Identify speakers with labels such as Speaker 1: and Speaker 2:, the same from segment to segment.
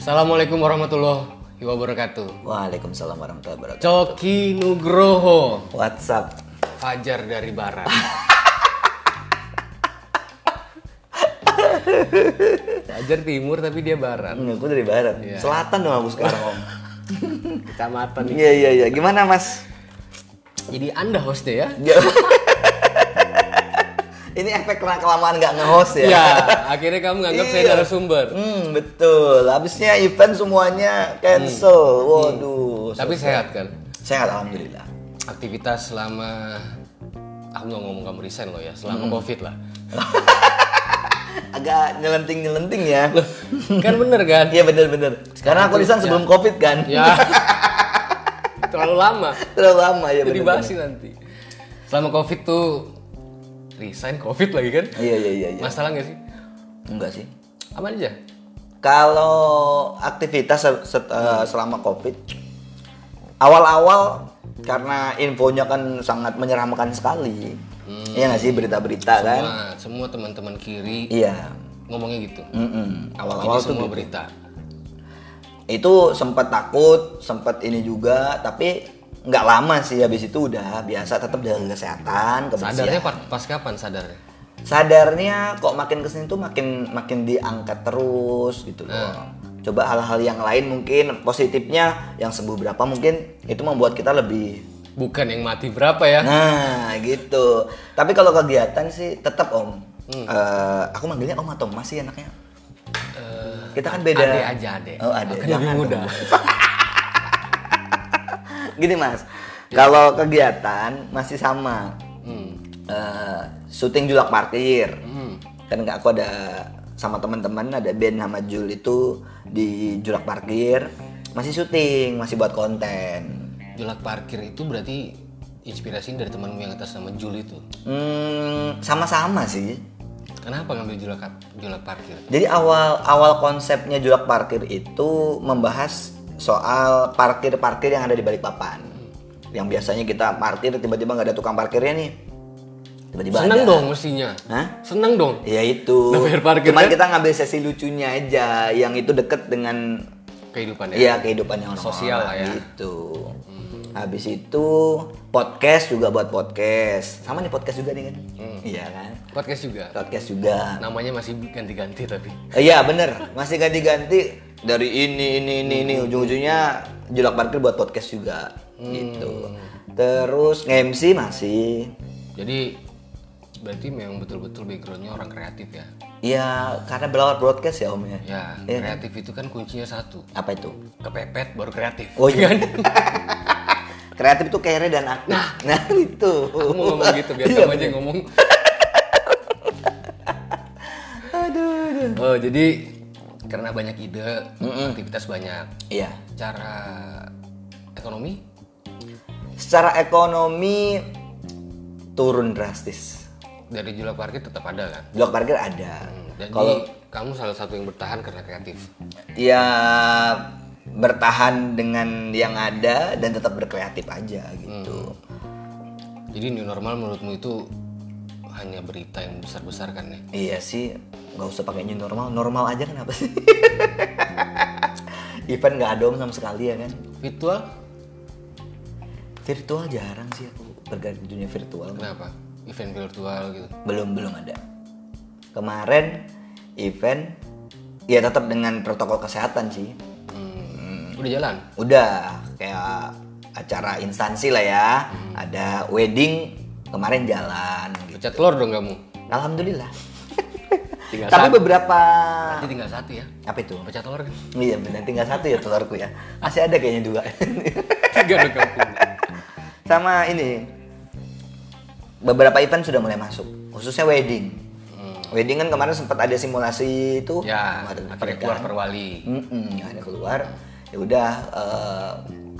Speaker 1: Assalamualaikum warahmatullahi wabarakatuh.
Speaker 2: Waalaikumsalam warahmatullahi wabarakatuh.
Speaker 1: Coki Nugroho,
Speaker 2: What's up?
Speaker 1: Fajar dari Barat. Fajar Timur tapi dia Barat.
Speaker 2: Enggak, gue dari barat. Selatan dong aku sekarang om.
Speaker 1: Kecamatan nih.
Speaker 2: Iya iya iya. Gimana mas?
Speaker 1: Jadi Anda hostnya ya?
Speaker 2: Ya. Ini efek kena kelamaan nggak nge-host ya?
Speaker 1: Ya, akhirnya kamu nganggap saya
Speaker 2: Iya.
Speaker 1: narasumber.
Speaker 2: Hmm betul. Habisnya event semuanya cancel. Waduh.
Speaker 1: Tapi sehat kan?
Speaker 2: Sehat alhamdulillah.
Speaker 1: Aktivitas selama aku nggak ngomong kamu resign loh ya, selama Covid lah.
Speaker 2: Agak nyelenting nyelenting ya.
Speaker 1: kan bener kan?
Speaker 2: Iya bener bener. Karena aku lisan sebelum covid kan.
Speaker 1: Ya. Terlalu lama.
Speaker 2: Terlalu lama ya
Speaker 1: Itu
Speaker 2: bener.
Speaker 1: dibahasin nanti. Selama covid tuh resign covid lagi kan?
Speaker 2: Iya iya iya. iya.
Speaker 1: Masalah nggak sih?
Speaker 2: Enggak sih.
Speaker 1: Aman aja.
Speaker 2: Kalau aktivitas se- se- eh, selama COVID, awal-awal karena infonya kan sangat menyeramkan sekali. Iya nggak sih berita-berita kan?
Speaker 1: Nah, semua teman-teman kiri
Speaker 2: Iya.
Speaker 1: ngomongnya gitu.
Speaker 2: Mm-mm.
Speaker 1: Awal-awal
Speaker 2: Awal-awal tuh Iya.
Speaker 1: semua berita.
Speaker 2: itu sempat takut, sempat ini juga, tapi nggak lama sih habis itu udah biasa tetap jaga kesehatan, kebersihan.
Speaker 1: Sadarnya pas, pas kapan sadarnya?
Speaker 2: Sadarnya kok makin kesini tuh makin makin diangkat terus gitu loh.
Speaker 1: Hmm.
Speaker 2: Coba hal-hal yang lain mungkin positifnya yang sembuh berapa mungkin itu membuat kita lebih
Speaker 1: Bukan yang mati berapa ya?
Speaker 2: Nah, gitu. Tapi kalau kegiatan sih tetap Om.
Speaker 1: Hmm.
Speaker 2: Eh, aku manggilnya Om atau Mas sih anaknya? kita kan beda.
Speaker 1: Ade Eh, aja ade.
Speaker 2: Oh, Ade.
Speaker 1: Kan
Speaker 2: Jangan
Speaker 1: lebih muda.
Speaker 2: dong. Gini, Mas.
Speaker 1: Ya.
Speaker 2: Kalau kegiatan masih sama.
Speaker 1: Hmm.
Speaker 2: Eh, syuting julak parkir.
Speaker 1: Hmm.
Speaker 2: Kan nggak aku ada sama teman-teman ada band sama Jul itu di julak parkir masih syuting, masih buat konten.
Speaker 1: Jolak parkir itu berarti inspirasi dari temanmu yang atas nama Jul itu.
Speaker 2: Hmm, sama-sama sih.
Speaker 1: Kenapa ngambil jolak jolak parkir?
Speaker 2: Jadi awal awal konsepnya julak parkir itu membahas soal parkir-parkir yang ada di balik papan. Yang biasanya kita parkir tiba-tiba nggak ada tukang parkirnya nih. Tiba-tiba
Speaker 1: Seneng
Speaker 2: ada.
Speaker 1: dong mestinya.
Speaker 2: Hah?
Speaker 1: Seneng dong.
Speaker 2: Ya itu.
Speaker 1: Nggak bayar parkir,
Speaker 2: Cuman
Speaker 1: kan?
Speaker 2: kita ngambil sesi lucunya aja yang itu deket dengan
Speaker 1: Kehidupan ya.
Speaker 2: ya kehidupan yang normal
Speaker 1: Sosial lah ya. Hmm.
Speaker 2: Gitu. Habis itu podcast juga buat podcast. Sama nih podcast juga nih kan.
Speaker 1: Hmm.
Speaker 2: Iya kan?
Speaker 1: Podcast juga.
Speaker 2: Podcast juga.
Speaker 1: Namanya masih ganti-ganti tapi.
Speaker 2: Iya bener, masih ganti-ganti dari ini ini ini
Speaker 1: Hmm.
Speaker 2: ini ujung-ujungnya julak parkir buat podcast juga gitu. Terus nge-MC masih,
Speaker 1: Jadi berarti memang betul-betul backgroundnya orang kreatif ya.
Speaker 2: ya karena berlawat broadcast ya om ya.
Speaker 1: Ya kreatif itu kan kuncinya satu.
Speaker 2: Apa itu?
Speaker 1: Kepepet baru kreatif.
Speaker 2: Oh, iya.
Speaker 1: kan?
Speaker 2: Kreatif tuh kere dan aktif. Nah, itu.
Speaker 1: Aku mau ngomong gitu biar
Speaker 2: Iya,
Speaker 1: kamu aja yang ngomong. Oh jadi karena banyak ide, aktivitas banyak.
Speaker 2: Iya.
Speaker 1: Cara ekonomi
Speaker 2: Secara ekonomi turun drastis.
Speaker 1: dari julak parkir tetap ada kan? Hmm,
Speaker 2: Julak parkir ada.
Speaker 1: Jadi
Speaker 2: Kalau
Speaker 1: kamu salah satu yang bertahan karena kreatif.
Speaker 2: ya bertahan dengan yang ada dan tetap berkreatif aja gitu.
Speaker 1: Jadi new normal menurutmu itu hanya berita yang besar-besar kan ya?
Speaker 2: Iya sih, nggak usah pakai new normal, normal aja kenapa sih? Event nggak ada om sama sekali ya kan?
Speaker 1: Virtual
Speaker 2: Virtual jarang sih aku bergerak di dunia virtual.
Speaker 1: kenapa? Event virtual gitu.
Speaker 2: Belum belum ada. Kemarin event ya tetap dengan protokol kesehatan sih.
Speaker 1: Hmm. Udah jalan?
Speaker 2: Udah kayak acara instansi lah ya. Ada wedding kemarin jalan. gitu.
Speaker 1: Pecah telur dong kamu.
Speaker 2: Alhamdulillah.
Speaker 1: Tinggal
Speaker 2: Tapi
Speaker 1: satu.
Speaker 2: beberapa
Speaker 1: Nanti tinggal satu ya.
Speaker 2: apa itu?
Speaker 1: Pecah telur kan?
Speaker 2: Iya benar tinggal satu ya telurku ya. Masih ada kayaknya dua.
Speaker 1: Tiga dong kamu. punya.
Speaker 2: sama ini beberapa event sudah mulai masuk khususnya wedding wedding kan kemarin sempat ada simulasi itu
Speaker 1: Ya,
Speaker 2: kemarin
Speaker 1: akhirnya keluar
Speaker 2: pernikahan.
Speaker 1: perwali.
Speaker 2: Mm-mm, ada keluar ya udah eh,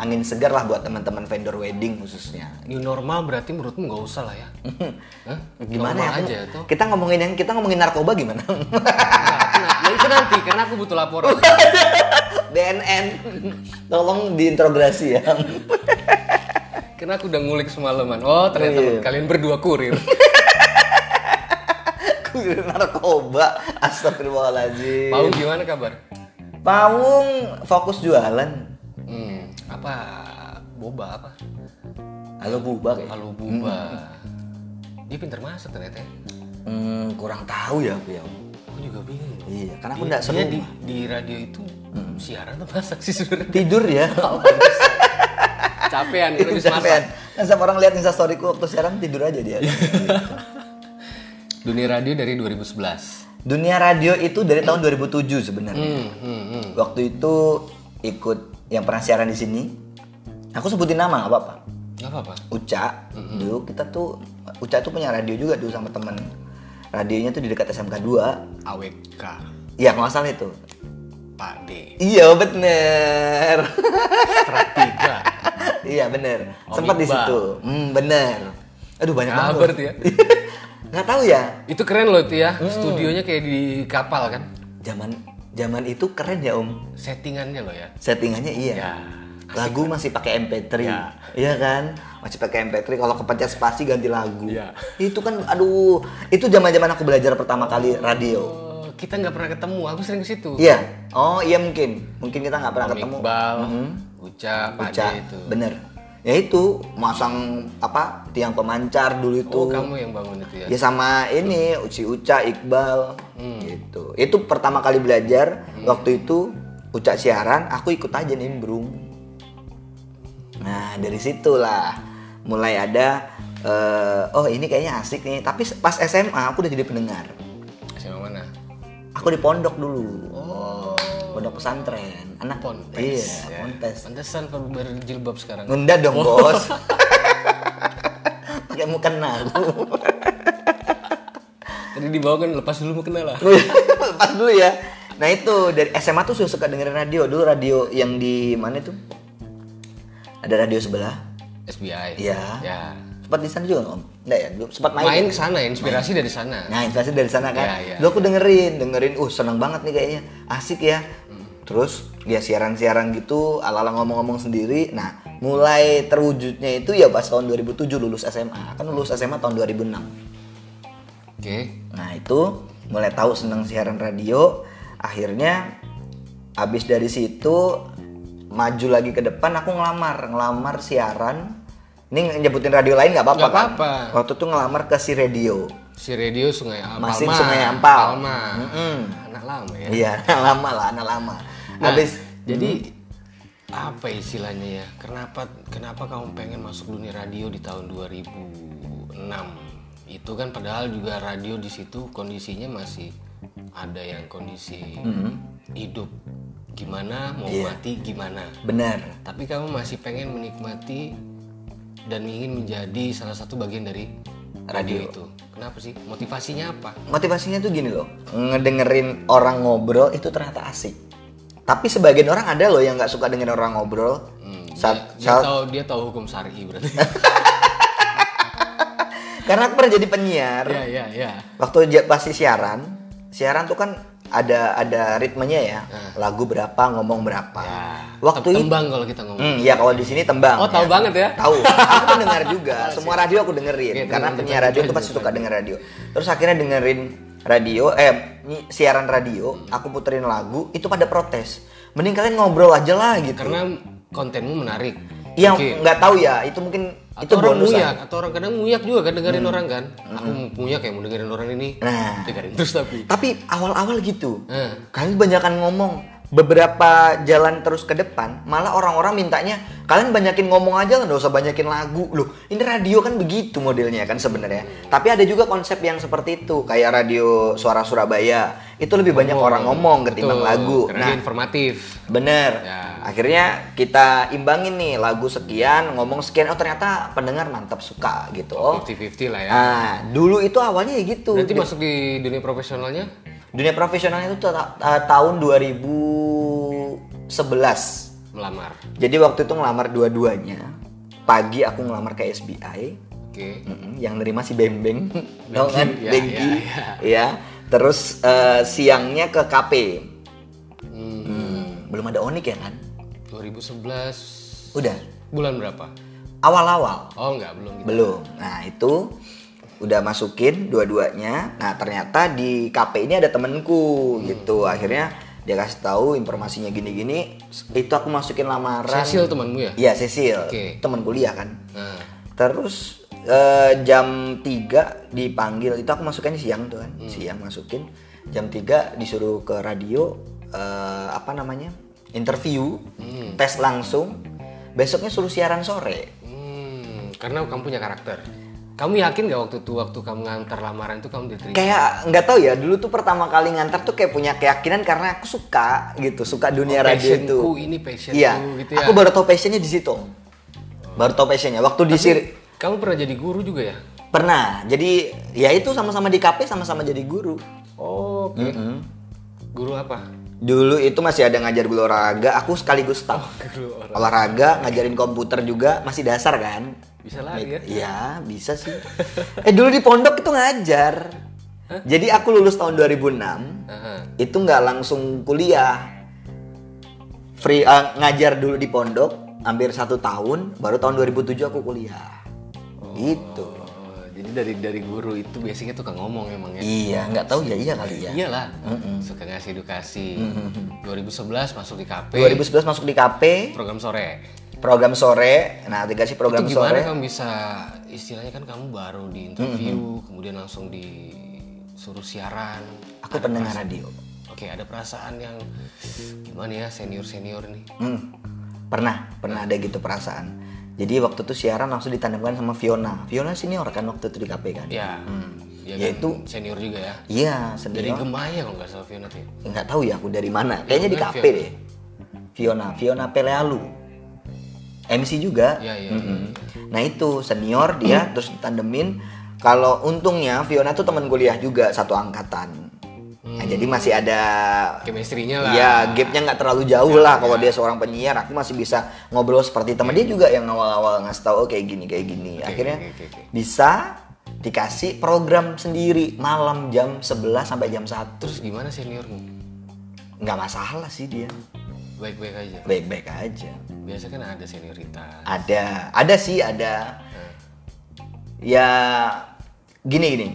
Speaker 2: angin segar lah buat teman-teman vendor wedding khususnya
Speaker 1: New normal berarti menurutmu nggak usah lah ya? Hah?
Speaker 2: gimana
Speaker 1: Normal
Speaker 2: ya aku-
Speaker 1: aja itu?
Speaker 2: kita ngomongin yang kita ngomongin narkoba gimana
Speaker 1: Nah, itu nanti karena aku butuh laporan.
Speaker 2: BNN tolong diintrograsi ya
Speaker 1: Karena aku udah ngulik semalaman. Oh ternyata
Speaker 2: Iya.
Speaker 1: kalian berdua kurir.
Speaker 2: Aku narkoba astagfirullahaladzim
Speaker 1: Iya. Mau gimana kabar?
Speaker 2: Pawung fokus jualan.
Speaker 1: Hmm, apa boba apa?
Speaker 2: Halo buba kayak.
Speaker 1: Kalau boba. Dia pinter masak ternyata ya.
Speaker 2: Hmm, kurang tahu ya aku ya. Om.
Speaker 1: Aku juga bingung.
Speaker 2: Iya, karena aku
Speaker 1: Dia-
Speaker 2: enggak
Speaker 1: dia
Speaker 2: seru. Hmm.
Speaker 1: di, di radio itu siaran tuh masak sih sebenarnya.
Speaker 2: Tidur ya.
Speaker 1: Capean kalau habis masak.
Speaker 2: Sampean. Kan sama orang lihat instastoryku waktu siaran tidur aja dia.
Speaker 1: Iya. Dunia radio dari 2011.
Speaker 2: Dunia radio itu dari tahun 2007 sebenarnya.
Speaker 1: Hmm, hmm, hmm.
Speaker 2: Waktu itu ikut yang pernah siaran di sini. Aku sebutin nama nggak apa-apa.
Speaker 1: Gak apa-apa.
Speaker 2: Uca dulu kita tuh Uca tuh punya radio juga dulu sama temen radionya tuh di dekat SMK 2
Speaker 1: AWK
Speaker 2: iya kalau nggak salah itu
Speaker 1: Pak D
Speaker 2: iya bener
Speaker 1: Stratiga.
Speaker 2: iya bener
Speaker 1: Om
Speaker 2: sempat di
Speaker 1: Iqbal.
Speaker 2: situ hmm, bener aduh banyak banget
Speaker 1: Kabar tuh ya.
Speaker 2: nggak tahu ya
Speaker 1: Itu keren loh itu ya. Studionya kayak di kapal kan.
Speaker 2: zaman zaman itu keren ya om
Speaker 1: Settingannya loh ya.
Speaker 2: settingannya iya
Speaker 1: Ya.
Speaker 2: lagu masih pakai MP3
Speaker 1: Ya.
Speaker 2: iya kan masih pakai MP3 kalau kepencet spasi ganti lagu
Speaker 1: Ya.
Speaker 2: itu kan aduh itu zaman zaman aku belajar pertama kali radio
Speaker 1: Oh, kita nggak pernah ketemu. Aku sering ke situ.
Speaker 2: Iya. Oh iya mungkin. Mungkin kita nggak pernah
Speaker 1: Om
Speaker 2: ketemu. Hmm.
Speaker 1: Iqbal, Uca, Pak D
Speaker 2: Uca.
Speaker 1: iya itu.
Speaker 2: Bener. Ya itu masang apa tiang pemancar dulu itu.
Speaker 1: Oh, kamu yang bangun itu ya.
Speaker 2: Ya sama ini Uci Uca Iqbal
Speaker 1: Hmm.
Speaker 2: gitu. Itu pertama kali belajar waktu itu Uca siaran, aku ikut aja nimbrung. Nah, dari situlah mulai ada eh, oh ini kayaknya asik nih. Tapi pas SMA aku udah jadi pendengar.
Speaker 1: Sama mana?
Speaker 2: Aku di pondok dulu
Speaker 1: Oh.
Speaker 2: pondok pesantren anak
Speaker 1: Ponpes.
Speaker 2: iya
Speaker 1: ya.
Speaker 2: ponpes
Speaker 1: Pantesan per- berjilbab sekarang.
Speaker 2: nunda dong
Speaker 1: Oh.
Speaker 2: bos pakai nah. mukena
Speaker 1: Tadi dibawa kan lepas dulu mau kenal lah.
Speaker 2: lepas dulu ya nah itu dari SMA tuh suka dengerin radio dulu radio yang di mana itu ada radio sebelah
Speaker 1: SBI.
Speaker 2: Iya.
Speaker 1: Ya.
Speaker 2: sempat di sana juga nggak, om enggak ya Dulu sempat main,
Speaker 1: Main ke sana, inspirasi dari sana.
Speaker 2: nah inspirasi dari sana kan
Speaker 1: Iya, iya.
Speaker 2: dulu aku dengerin dengerin uh seneng banget nih kayaknya asik ya terus dia siaran-siaran gitu ala-ala ngomong-ngomong sendiri nah mulai terwujudnya itu ya pas tahun 2007 lulus SMA kan lulus SMA tahun 2006
Speaker 1: Oke.
Speaker 2: Nah itu mulai tahu seneng siaran radio. Akhirnya abis dari situ maju lagi ke depan aku ngelamar ngelamar siaran. Ini nyebutin radio lain nggak apa-apa
Speaker 1: Nggak
Speaker 2: kan?
Speaker 1: apa-apa.
Speaker 2: Waktu itu ngelamar ke si radio.
Speaker 1: Si radio Sungai Ampal.
Speaker 2: Masih Sungai Ampal.
Speaker 1: Palma. Anak lama ya.
Speaker 2: Iya, anak lama lah, anak lama. hmm.
Speaker 1: Nah,
Speaker 2: abis
Speaker 1: jadi apa istilahnya ya? Kenapa kenapa kamu pengen masuk dunia radio di tahun 2006? Itu kan padahal juga radio di situ kondisinya masih ada yang kondisi
Speaker 2: Mm-hmm.
Speaker 1: hidup gimana, mau
Speaker 2: Iya.
Speaker 1: mati gimana.
Speaker 2: bener.
Speaker 1: Tapi kamu masih pengen menikmati dan ingin menjadi salah satu bagian dari radio, itu. Kenapa sih? Motivasinya apa?
Speaker 2: Motivasinya tuh gini loh, ngedengerin orang ngobrol itu ternyata asik. Tapi sebagian orang ada loh yang nggak suka dengerin orang ngobrol.
Speaker 1: Hmm,
Speaker 2: Saat,
Speaker 1: Dia
Speaker 2: saat-
Speaker 1: tahu dia tahu hukum syari berarti.
Speaker 2: karena aku pernah jadi penyiar.
Speaker 1: ya ya ya.
Speaker 2: waktu dia pasti siaran siaran tuh kan ada ada ritmenya ya lagu berapa ngomong berapa Ah. waktu
Speaker 1: Tem- Iya. Ya,
Speaker 2: itu Iya.
Speaker 1: tembang kalau kita ngomong.
Speaker 2: Hmm, iya kalau di sini tembang
Speaker 1: Oh, tahu banget ya?
Speaker 2: tahu aku tuh dengar juga semua radio aku dengerin
Speaker 1: Iya,
Speaker 2: karena
Speaker 1: dengerin,
Speaker 2: penyiar
Speaker 1: dengerin,
Speaker 2: radio tuh
Speaker 1: dengerin,
Speaker 2: pasti suka denger radio terus akhirnya dengerin radio eh nyi- siaran radio aku puterin lagu itu pada protes mending kalian ngobrol aja lah gitu
Speaker 1: Karena kontenmu menarik.
Speaker 2: iya
Speaker 1: Mungkin.
Speaker 2: nggak tahu ya itu mungkin itu
Speaker 1: Atau orang
Speaker 2: bonus lah. Hmm.
Speaker 1: muyak, atau orang kadang muyak juga kan dengerin orang kan. Aku muyak ya mau dengerin orang ini.
Speaker 2: Nah.
Speaker 1: Dengerin terus tapi.
Speaker 2: tapi awal-awal gitu
Speaker 1: Eh.
Speaker 2: kalian banyakan ngomong beberapa jalan terus ke depan malah orang-orang mintanya kalian banyakin ngomong aja lah nggak usah banyakin lagu loh ini radio kan begitu modelnya kan sebenarnya tapi ada juga konsep yang seperti itu kayak radio suara Surabaya itu lebih banyak orang ngomong ketimbang
Speaker 1: Oh, Betul,
Speaker 2: lagu
Speaker 1: Karena
Speaker 2: nah
Speaker 1: dia informatif.
Speaker 2: Bener.
Speaker 1: Ya.
Speaker 2: Akhirnya kita imbangin nih lagu sekian, ngomong sekian. Oh ternyata pendengar mantap suka gitu. Oh.
Speaker 1: 50-50 lah ya.
Speaker 2: Nah, dulu itu awalnya ya gitu.
Speaker 1: Nanti masuk di dunia profesionalnya
Speaker 2: Dunia profesionalnya itu ta- ta- tahun 2011.
Speaker 1: melamar.
Speaker 2: Jadi waktu itu ngelamar dua-duanya. Pagi aku ngelamar ke SBI.
Speaker 1: Oke.
Speaker 2: Mm-mm, yang nerima si Bembeng. Tau kan?
Speaker 1: ya,
Speaker 2: Bengki.
Speaker 1: ya,
Speaker 2: Ya. Terus eh, siangnya ke KP.
Speaker 1: Hmm,
Speaker 2: Hmm, belum ada Onik ya kan?
Speaker 1: 2011
Speaker 2: Udah.
Speaker 1: bulan berapa?
Speaker 2: Awal-awal.
Speaker 1: Oh enggak, belum gitu.
Speaker 2: Belum. Nah, itu udah
Speaker 1: Hmm.
Speaker 2: masukin dua-duanya. Nah, ternyata di KP ini ada temenku gitu. Akhirnya dia kasih tahu informasinya gini-gini itu aku masukin lamaran
Speaker 1: Cecil temanmu ya?
Speaker 2: Iya Cecil
Speaker 1: Oke.
Speaker 2: teman kuliah kan
Speaker 1: Nah,
Speaker 2: terus eh, jam 3 dipanggil itu aku masukin siang tuh kan
Speaker 1: Hmm.
Speaker 2: siang masukin jam 3 disuruh ke radio eh, apa namanya interview tes langsung besoknya suruh siaran sore
Speaker 1: hmm, karena kamu punya karakter. Kamu yakin gak waktu itu waktu kamu ngantar lamaran itu kamu diterima?
Speaker 2: kayak nggak tahu ya dulu tuh pertama kali ngantar tuh kayak punya keyakinan karena aku suka gitu suka dunia radio itu
Speaker 1: Oh, Passionku ini passionku
Speaker 2: iya
Speaker 1: gitu ya.
Speaker 2: aku baru tau passionnya di situ baru tau passionnya waktu di sir
Speaker 1: Kamu pernah jadi guru juga ya?
Speaker 2: pernah jadi ya itu sama-sama di KP sama-sama jadi guru
Speaker 1: Oh, oke. Guru apa?
Speaker 2: dulu itu masih ada ngajar gue olahraga aku sekaligus staff
Speaker 1: Oh, Guru orang.
Speaker 2: olahraga ngajarin komputer juga masih dasar kan
Speaker 1: Bisa lari ya?
Speaker 2: Iya, bisa sih. eh dulu di pondok itu ngajar. Jadi aku lulus tahun 2006.
Speaker 1: Aha.
Speaker 2: Itu nggak langsung kuliah. Free eh, ngajar dulu di pondok hampir satu tahun, baru tahun 2007 aku kuliah. Gitu.
Speaker 1: Oh, jadi dari dari guru itu biasanya tukang ngomong emang ya?
Speaker 2: Iya, nggak tahu ya iya kali ya.
Speaker 1: Iyalah, suka ngasih edukasi. 2011 masuk di KP.
Speaker 2: 2011 masuk di KP,
Speaker 1: Program sore.
Speaker 2: program sore. Nah, dikasih program
Speaker 1: itu gimana
Speaker 2: sore.
Speaker 1: kamu bisa istilahnya kan kamu baru di interview, kemudian langsung disuruh siaran.
Speaker 2: Aku pendengar radio.
Speaker 1: Oke, ada perasaan yang gimana ya senior senior nih?
Speaker 2: Hmm, pernah, pernah ada gitu perasaan. Jadi waktu itu siaran langsung ditandemkan sama Fiona. Fiona senior kan waktu itu di KP kan?
Speaker 1: Ya, ya kan,
Speaker 2: Ya itu-
Speaker 1: senior juga ya.
Speaker 2: Iya,
Speaker 1: Dari
Speaker 2: senior.
Speaker 1: Gemaya kalau nggak salah Fiona tuh. ya.
Speaker 2: Nggak tahu ya aku dari mana. Kayaknya di
Speaker 1: bukan
Speaker 2: KP
Speaker 1: Iya, Fiona.
Speaker 2: deh. Fiona, Fiona Pelealu. MC juga.
Speaker 1: Iya iya.
Speaker 2: Nah itu senior dia terus tandemin. Kalau untungnya Fiona tuh teman kuliah juga satu angkatan. Nah, jadi masih ada
Speaker 1: Chemistry-nya Hmm. lah. Iya,
Speaker 2: Iya, gapnya nggak terlalu jauh lah. Kalau dia seorang penyiar, aku masih bisa ngobrol seperti teman dia juga yang awal-awal ngasih tahu oh, kayak gini, kayak gini. Akhirnya
Speaker 1: oke, oke, oke.
Speaker 2: bisa dikasih program sendiri malam jam 11 sampai jam 1.
Speaker 1: Terus gimana seniormu?
Speaker 2: Nggak masalah sih dia.
Speaker 1: Baik-baik aja.
Speaker 2: Baik-baik aja.
Speaker 1: Biasa kan ada senioritas.
Speaker 2: Ada, ada sih, ada. Ya gini gini.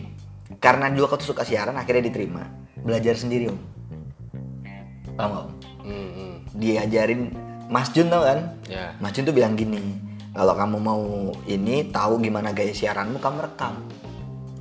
Speaker 2: Karena dulu aku tuh suka siaran, akhirnya diterima. Belajar sendiri, Om. Paham nggak, Om?
Speaker 1: Hmm, hmm.
Speaker 2: diajarin Mas Jun tau kan?
Speaker 1: Ya.
Speaker 2: Mas Jun tuh bilang gini, kalau kamu mau ini tahu gimana gaya siaranmu kamu rekam.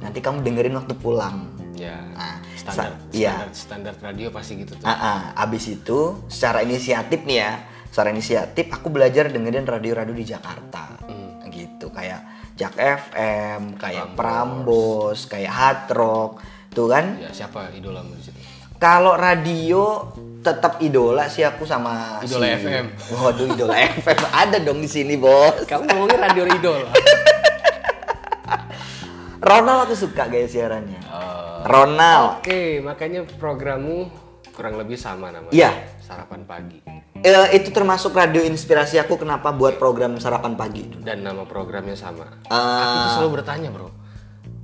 Speaker 2: Nanti kamu dengerin waktu pulang.
Speaker 1: Ya.
Speaker 2: Ah,
Speaker 1: standar,
Speaker 2: sa- iya.
Speaker 1: standar, standar radio pasti gitu tuh.
Speaker 2: Ah, ah, abis itu secara inisiatif nih ya, secara inisiatif aku belajar dengerin radio-radio di Jakarta.
Speaker 1: Hmm.
Speaker 2: Gitu kayak Jak FM, kayak Prambos, kayak Hard Rock, tuh kan?
Speaker 1: Ya, siapa idolamu di situ?
Speaker 2: Kalau radio tetap idola sih aku sama
Speaker 1: Idola
Speaker 2: si-
Speaker 1: FM.
Speaker 2: Waduh idola FM ada dong di sini bos.
Speaker 1: Kamu ngomongin radio idola.
Speaker 2: Ronald aku suka gaya siarannya.
Speaker 1: Oh.
Speaker 2: Ronald.
Speaker 1: Oke, makanya programmu kurang lebih sama namanya.
Speaker 2: Iya.
Speaker 1: Sarapan pagi.
Speaker 2: Eh, itu termasuk radio inspirasi aku kenapa buat program sarapan pagi dulu.
Speaker 1: Dan nama programnya sama.
Speaker 2: Eh,
Speaker 1: Aku tuh selalu bertanya, Bro.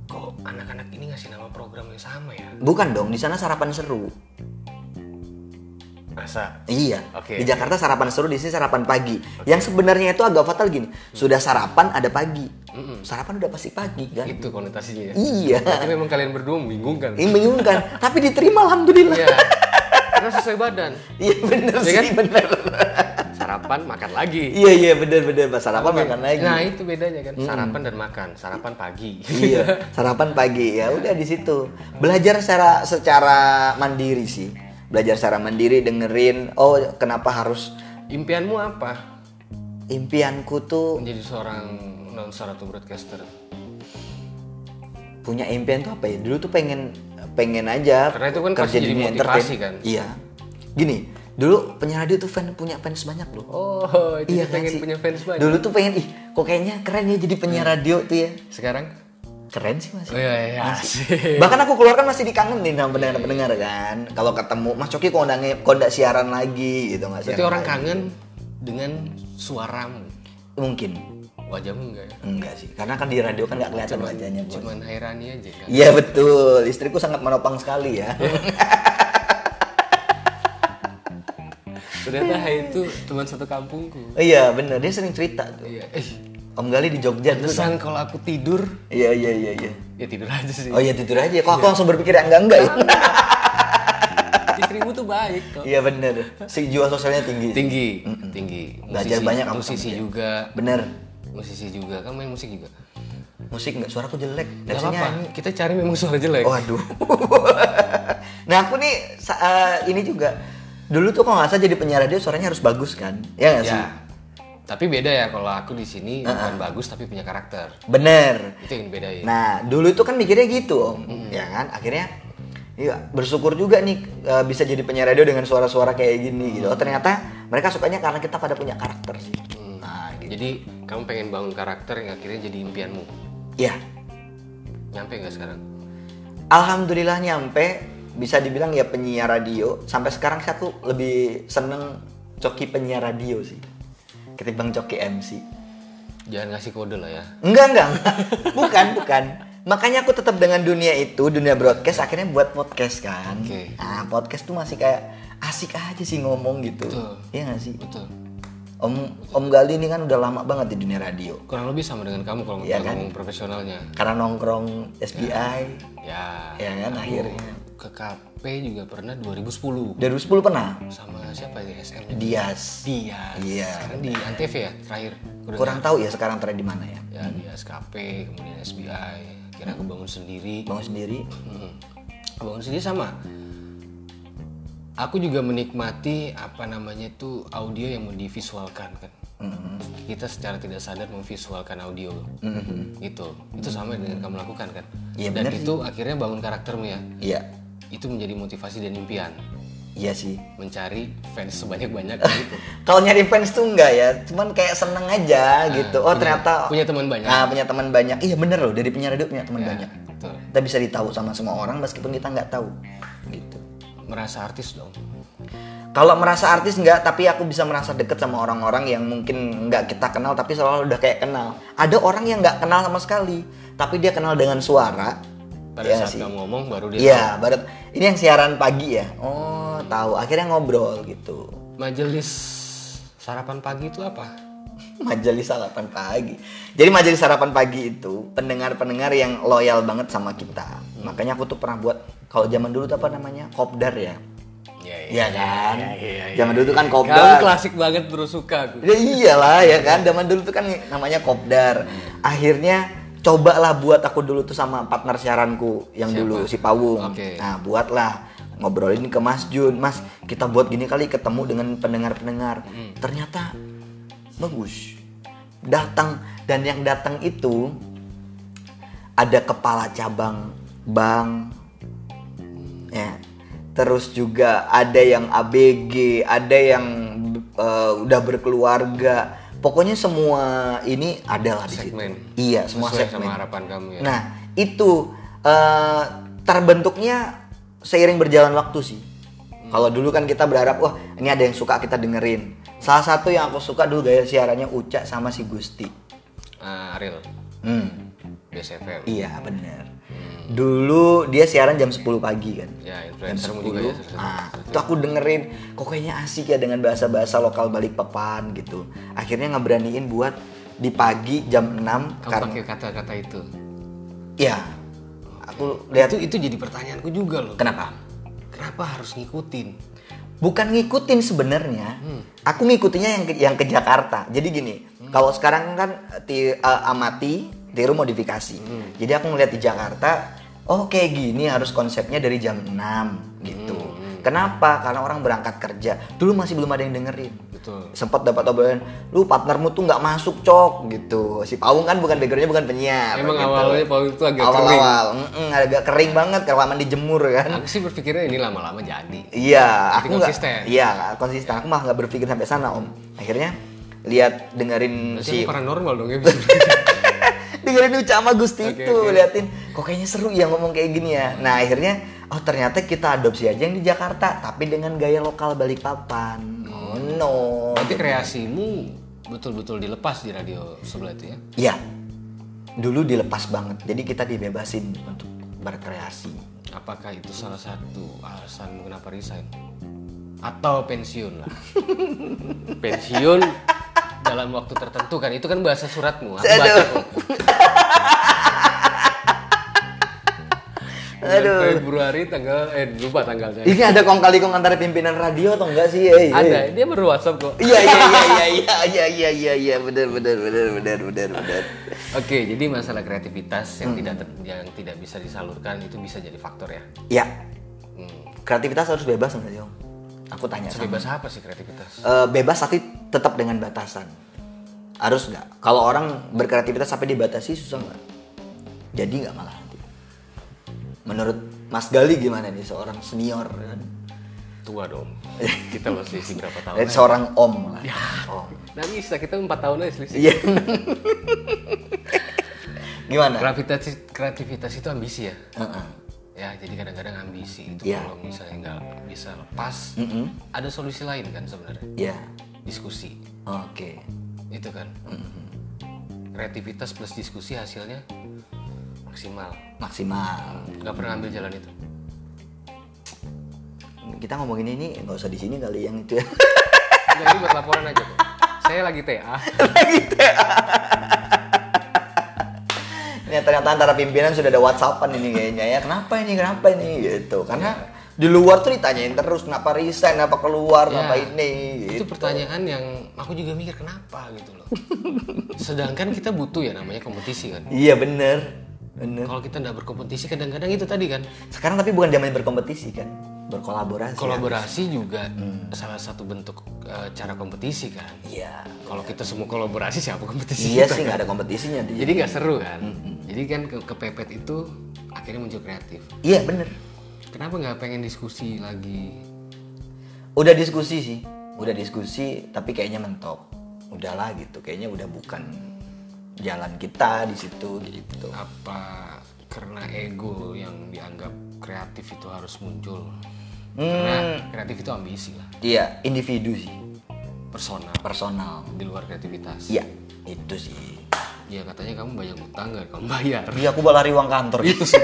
Speaker 1: Kok anak-anak ini ngasih nama programnya sama ya?
Speaker 2: bukan dong di sana sarapan seru.
Speaker 1: Masa?
Speaker 2: Iya.
Speaker 1: Oke.
Speaker 2: Di Jakarta sarapan seru di sini sarapan pagi. Yang sebenarnya itu agak fatal gini. Sudah sarapan ada pagi. Sarapan udah pasti pagi kan.
Speaker 1: Itu konotasinya ya.
Speaker 2: Iya.
Speaker 1: Berarti memang kalian berdua bingung kan?
Speaker 2: Ini bingungkan. Tapi diterima alhamdulillah.
Speaker 1: Iya. Karena sesuai badan.
Speaker 2: Iya bener
Speaker 1: Iya
Speaker 2: sih
Speaker 1: kan?
Speaker 2: bener.
Speaker 1: Sarapan makan lagi.
Speaker 2: Iya iya bener bener pas sarapan makan lagi.
Speaker 1: Nah, itu bedanya kan. Sarapan dan makan. Sarapan pagi.
Speaker 2: iya sarapan pagi ya udah di situ belajar secara secara mandiri sih belajar secara mandiri dengerin oh kenapa harus
Speaker 1: Impianmu apa?
Speaker 2: impianku tuh
Speaker 1: Menjadi seorang announcer atau broadcaster.
Speaker 2: punya impian tuh apa ya dulu tuh pengen pengen aja
Speaker 1: Karena itu kan pasti jadi
Speaker 2: dunia
Speaker 1: motivasi
Speaker 2: entertain.
Speaker 1: kan?
Speaker 2: iya gini dulu penyiar radio tuh fan punya fans banyak loh
Speaker 1: Oh, itu
Speaker 2: iya
Speaker 1: dia
Speaker 2: kan
Speaker 1: pengen
Speaker 2: sih?
Speaker 1: punya fans banyak.
Speaker 2: dulu tuh pengen ih kok kayaknya keren ya jadi penyiar radio tuh ya
Speaker 1: Hmm. Sekarang?
Speaker 2: keren sih
Speaker 1: Oh
Speaker 2: masih
Speaker 1: iya, iya, asik.
Speaker 2: Bahkan aku keluarkan masih dikangenin sama pendengar-pendengar kan. Kalau ketemu Mas Coki kok undangnya kok nggak siaran lagi gitu nggak
Speaker 1: Berarti
Speaker 2: siaran
Speaker 1: orang
Speaker 2: lagi.
Speaker 1: kangen dengan suaramu.
Speaker 2: Mungkin
Speaker 1: Wajahmu enggak ya?
Speaker 2: enggak sih. Karena kan di radio kan nggak kelihatan wajahnya bos.
Speaker 1: Cuman Hairani aja kan.
Speaker 2: Iya betul. Istriku sangat menopang sekali ya.
Speaker 1: Ternyata Hai itu teman satu kampungku.
Speaker 2: iya bener dia sering cerita tuh.
Speaker 1: Iya. Eh,
Speaker 2: Om Gali di Jogja tuh.
Speaker 1: pantesan kalau aku tidur,
Speaker 2: Iya iya iya iya.
Speaker 1: ya tidur aja sih.
Speaker 2: "Ah, Oh iya tidur aja. Kok aku langsung berpikir enggak enggak ya?
Speaker 1: Ini istrimu tuh baik kok.
Speaker 2: Iya bener. Si jiwa sosialnya tinggi.
Speaker 1: Tinggi, tinggi.
Speaker 2: Belajar banyak kamu sama
Speaker 1: musisi
Speaker 2: dia.
Speaker 1: juga,
Speaker 2: Bener.
Speaker 1: musisi juga. Kan main musik juga.
Speaker 2: Musik nggak suaraku jelek.
Speaker 1: Gak
Speaker 2: Biasanya
Speaker 1: apa-apa. Kita cari memang suara jelek.
Speaker 2: Waduh. nah aku nih sa- eh, ini juga dulu tuh kalau nggak salah jadi penyiar radio suaranya harus bagus kan? Ya nggak sih?
Speaker 1: ya. Tapi beda ya kalau aku di sini bukan bagus tapi punya karakter.
Speaker 2: Bener.
Speaker 1: Itu yang bedain.
Speaker 2: Nah dulu itu kan mikirnya gitu om, ya kan? Akhirnya iya, bersyukur juga nih eh, bisa jadi penyiar radio dengan suara-suara kayak gini gitu. Ternyata mereka sukanya karena kita pada punya karakter sih. Nah gitu.
Speaker 1: Jadi kamu pengen bangun karakter yang akhirnya jadi impianmu.
Speaker 2: Ya,
Speaker 1: Nyampe nggak sekarang?
Speaker 2: alhamdulillah nyampe bisa dibilang ya penyiar radio. Sampai sekarang sih aku lebih seneng coki penyiar radio sih ketimbang coki MC.
Speaker 1: Jangan ngasih kode lah ya.
Speaker 2: Enggak, enggak, enggak. Bukan, bukan. Makanya aku tetap dengan dunia itu, dunia broadcast akhirnya buat podcast kan.
Speaker 1: Oke.
Speaker 2: Nah, podcast tuh masih kayak asik aja sih ngomong gitu.
Speaker 1: Betul.
Speaker 2: Iya gak sih?
Speaker 1: Betul.
Speaker 2: Om Om Gali ini kan udah lama banget di dunia radio.
Speaker 1: Kurang lebih sama dengan kamu kalau
Speaker 2: Iya
Speaker 1: ngomong-
Speaker 2: kan?
Speaker 1: ngomong profesionalnya.
Speaker 2: Karena nongkrong SBI
Speaker 1: Ya.
Speaker 2: Iya
Speaker 1: aku
Speaker 2: kan, akhirnya.
Speaker 1: Ke KP juga pernah 2010
Speaker 2: dari 2010 pernah
Speaker 1: sama siapa ya SM?
Speaker 2: Dias.
Speaker 1: Dia.
Speaker 2: Iya.
Speaker 1: Sekarang di Antv ya terakhir. Udah
Speaker 2: Kurang tahu ya sekarang tren di mana ya.
Speaker 1: Ya di SKP, kemudian SBI. Kira aku bangun sendiri.
Speaker 2: Bangun sendiri.
Speaker 1: Hmm. Bangun sendiri sama. Aku juga menikmati apa namanya itu audio yang mau divisualkan kan. Kita secara tidak sadar memvisualkan audio.
Speaker 2: Mm-hmm.
Speaker 1: Gitu. Itu sama dengan kamu lakukan kan.
Speaker 2: Iya,
Speaker 1: Dan
Speaker 2: bener
Speaker 1: itu akhirnya bangun karaktermu ya.
Speaker 2: Iya.
Speaker 1: Itu menjadi motivasi dan impian
Speaker 2: Iya sih.
Speaker 1: mencari fans sebanyak-banyak gitu.
Speaker 2: Kalau nyari fans tuh enggak ya, cuman kayak seneng aja gitu. Oh
Speaker 1: Ah,
Speaker 2: ternyata
Speaker 1: Punya teman banyak.
Speaker 2: Ah, punya teman banyak. Iya bener loh, dari penyiar radio punya teman
Speaker 1: Ya,
Speaker 2: banyak.
Speaker 1: betul.
Speaker 2: Kita bisa ditahu sama semua orang meskipun kita nggak tahu. Gitu.
Speaker 1: Merasa artis dong.
Speaker 2: Kalau merasa artis nggak, tapi aku bisa merasa deket sama orang-orang yang mungkin nggak kita kenal, tapi selalu udah kayak kenal. Ada orang yang nggak kenal sama sekali, tapi dia kenal dengan suara.
Speaker 1: Pada
Speaker 2: Iya
Speaker 1: saat
Speaker 2: sih.
Speaker 1: kamu ngomong baru dia
Speaker 2: Iya, barat. Ini yang siaran pagi ya. Oh, tahu. Akhirnya ngobrol gitu.
Speaker 1: Majelis sarapan pagi itu apa?
Speaker 2: Majelis sarapan pagi. Jadi majelis sarapan pagi itu pendengar-pendengar yang loyal banget sama kita. Makanya aku tuh pernah buat kalau zaman dulu tuh apa namanya? Kopdar ya.
Speaker 1: Iya
Speaker 2: Iya kan?
Speaker 1: iya, iya,
Speaker 2: Zaman dulu tuh kan
Speaker 1: iya.
Speaker 2: kopdar.
Speaker 1: Kamu klasik banget bro suka aku.
Speaker 2: Ya iyalah ya kan. Zaman dulu tuh kan namanya kopdar. Akhirnya cobalah buat aku dulu tuh sama partner siaranku yang dulu si Pawung.
Speaker 1: Oke.
Speaker 2: Nah, buatlah ngobrolin ke Mas Jun. Mas, kita buat gini kali ketemu dengan pendengar-pendengar. Ternyata bagus. Datang dan yang datang itu ada kepala cabang bank ya terus juga ada yang ABG ada yang eh, udah berkeluarga pokoknya semua ini adalah di situ.
Speaker 1: Segmen.
Speaker 2: iya semua
Speaker 1: Sesuai
Speaker 2: segmen
Speaker 1: sama harapan kamu ya.
Speaker 2: nah itu eh, terbentuknya seiring berjalan waktu sih
Speaker 1: Hmm.
Speaker 2: kalau dulu kan kita berharap wah ini ada yang suka kita dengerin salah satu yang aku suka dulu gaya siarannya Uca sama si Gusti
Speaker 1: Ah, Ariel,
Speaker 2: hmm.
Speaker 1: BSFM.
Speaker 2: Iya bener Dulu dia siaran jam 10 pagi kan
Speaker 1: Hmm. Ya,
Speaker 2: Jam
Speaker 1: influencermu
Speaker 2: 10
Speaker 1: juga ya. salah satu.
Speaker 2: Nah itu aku dengerin Kok kayaknya asik ya dengan bahasa-bahasa lokal Balikpapan gitu Akhirnya ngeberaniin buat di pagi jam 6
Speaker 1: Kamu
Speaker 2: Karena
Speaker 1: pakai kata-kata itu.
Speaker 2: Iya Aku lihat
Speaker 1: Itu itu jadi pertanyaanku juga loh.
Speaker 2: Kenapa?
Speaker 1: Kenapa harus ngikutin?
Speaker 2: Bukan ngikutin sebenarnya
Speaker 1: Hmm.
Speaker 2: Aku ngikutinnya yang ke, yang ke Jakarta Jadi gini Kalau sekarang kan ti- eh, amati Tiru modifikasi
Speaker 1: Hmm.
Speaker 2: Jadi aku ngeliat di Jakarta Oh kayak gini harus konsepnya dari jam 6 gitu
Speaker 1: Hmm,
Speaker 2: Kenapa? Karena orang berangkat kerja Dulu masih belum ada yang dengerin
Speaker 1: Betul.
Speaker 2: sempat dapat obrolan lu partnermu tuh nggak masuk cok gitu si Paung kan bukan backgroundnya bukan penyiar
Speaker 1: Emang
Speaker 2: gitu.
Speaker 1: awalnya Paung itu agak
Speaker 2: awal
Speaker 1: kering.
Speaker 2: awal agak kering banget kelamaan dijemur kan
Speaker 1: Aku sih berpikirnya ini lama-lama jadi. Tapi
Speaker 2: Iya, aku nggak.
Speaker 1: konsisten.
Speaker 2: Iya, nggak konsisten. Aku malah nggak berpikir sampai sana, Om. Akhirnya lihat
Speaker 1: Berarti
Speaker 2: dengerin si
Speaker 1: aku paranormal dong ya.
Speaker 2: dengerin Uca sama Gusti
Speaker 1: Oke,
Speaker 2: itu,
Speaker 1: oke.
Speaker 2: liatin kok kayaknya seru ya ngomong kayak gini ya. Nah, akhirnya oh ternyata kita adopsi aja yang di Jakarta, tapi dengan gaya lokal Balikpapan. Oh no.
Speaker 1: Berarti kreasimu betul-betul dilepas di radio sebelah itu ya.
Speaker 2: Iya. Dulu dilepas banget. Jadi kita dibebasin untuk berkreasi.
Speaker 1: Apakah itu salah satu alasanmu kenapa resign? Atau pensiun lah. pensiun dalam waktu tertentu kan itu kan bahasa suratmu. Aku baca
Speaker 2: Aduh.
Speaker 1: kok. Bulan
Speaker 2: Aduh. Iya.
Speaker 1: Februari tanggal eh lupa tanggalnya.
Speaker 2: Ini ada kong kali kong antara pimpinan radio atau enggak sih? Eh, eh.
Speaker 1: Ada, dia baru WhatsApp kok.
Speaker 2: Iya iya iya iya iya iya iya iya benar benar benar benar benar benar.
Speaker 1: Oke, jadi masalah kreativitas
Speaker 2: Hmm.
Speaker 1: yang tidak ter- yang tidak bisa disalurkan itu bisa jadi faktor ya.
Speaker 2: Ya,
Speaker 1: Hmm.
Speaker 2: kreativitas harus bebas nggak sih Om? Aku tanya. sama-
Speaker 1: Sebebas apa sih kreativitas?
Speaker 2: Eh, bebas tapi tetap dengan batasan. Harus nggak? Kalau orang berkreativitas sampai dibatasi susah nggak? Jadi nggak malah nanti. Menurut Mas Gali gimana nih seorang senior? kan?
Speaker 1: Tua dong. Kita masih selisih berapa
Speaker 2: Eh,
Speaker 1: tahun? aja.
Speaker 2: seorang om lah. Om.
Speaker 1: Nah bisa kita empat tahun aja selisih.
Speaker 2: Iya. gimana?
Speaker 1: Kreativitas kreativitas itu ambisi ya.
Speaker 2: Heeh.
Speaker 1: Ya, jadi kadang-kadang ambisi itu
Speaker 2: Iya.
Speaker 1: kalau misalnya nggak bisa lepas,
Speaker 2: Hmm.
Speaker 1: ada solusi lain kan sebenarnya.
Speaker 2: Ya,
Speaker 1: Diskusi,
Speaker 2: oke.
Speaker 1: itu kan. Kreativitas plus diskusi hasilnya maksimal.
Speaker 2: Maksimal.
Speaker 1: Nggak pernah ambil jalan itu.
Speaker 2: Kita ngomongin ini nggak usah di sini kali yang itu ya.
Speaker 1: Nggak, ini buat laporan aja kok. Saya lagi TA.
Speaker 2: Ya ternyata antara pimpinan sudah ada WhatsAppan ini kayaknya ya. Kenapa ini? Kenapa ini? Gitu. Karena di luar tuh ditanyain terus kenapa resign, kenapa keluar,
Speaker 1: Ya.
Speaker 2: kenapa ini.
Speaker 1: Itu
Speaker 2: Gitu.
Speaker 1: pertanyaan yang aku juga mikir kenapa gitu loh. Sedangkan kita butuh ya namanya kompetisi kan.
Speaker 2: Iya bener, bener.
Speaker 1: Kalau kita nggak berkompetisi kadang-kadang itu tadi kan.
Speaker 2: Sekarang tapi bukan zaman berkompetisi kan, berkolaborasi.
Speaker 1: Kolaborasi juga
Speaker 2: Hmm.
Speaker 1: salah satu bentuk eh, cara kompetisi kan.
Speaker 2: Iya.
Speaker 1: Kalau kita semua kolaborasi siapa kompetisi?
Speaker 2: Iya
Speaker 1: kita,
Speaker 2: sih Hmm,
Speaker 1: kan?
Speaker 2: nggak ada kompetisinya. Di.
Speaker 1: Jadi nggak seru kan. Jadi kan ke- kepepet itu akhirnya muncul kreatif.
Speaker 2: Iya bener.
Speaker 1: Kenapa nggak pengen diskusi lagi?
Speaker 2: Udah diskusi sih, udah diskusi tapi kayaknya mentok. Udahlah gitu, kayaknya udah bukan jalan kita di situ gitu.
Speaker 1: Apa karena ego yang dianggap kreatif itu harus muncul?
Speaker 2: Hmm.
Speaker 1: Karena kreatif itu ambisi lah,
Speaker 2: Iya, individu sih,
Speaker 1: personal
Speaker 2: personal.
Speaker 1: di luar kreativitas.
Speaker 2: Iya, itu sih.
Speaker 1: Ya katanya kamu banyak utang nggak kamu bayar.
Speaker 2: Iya, aku lari uang kantor.
Speaker 1: Itu sih.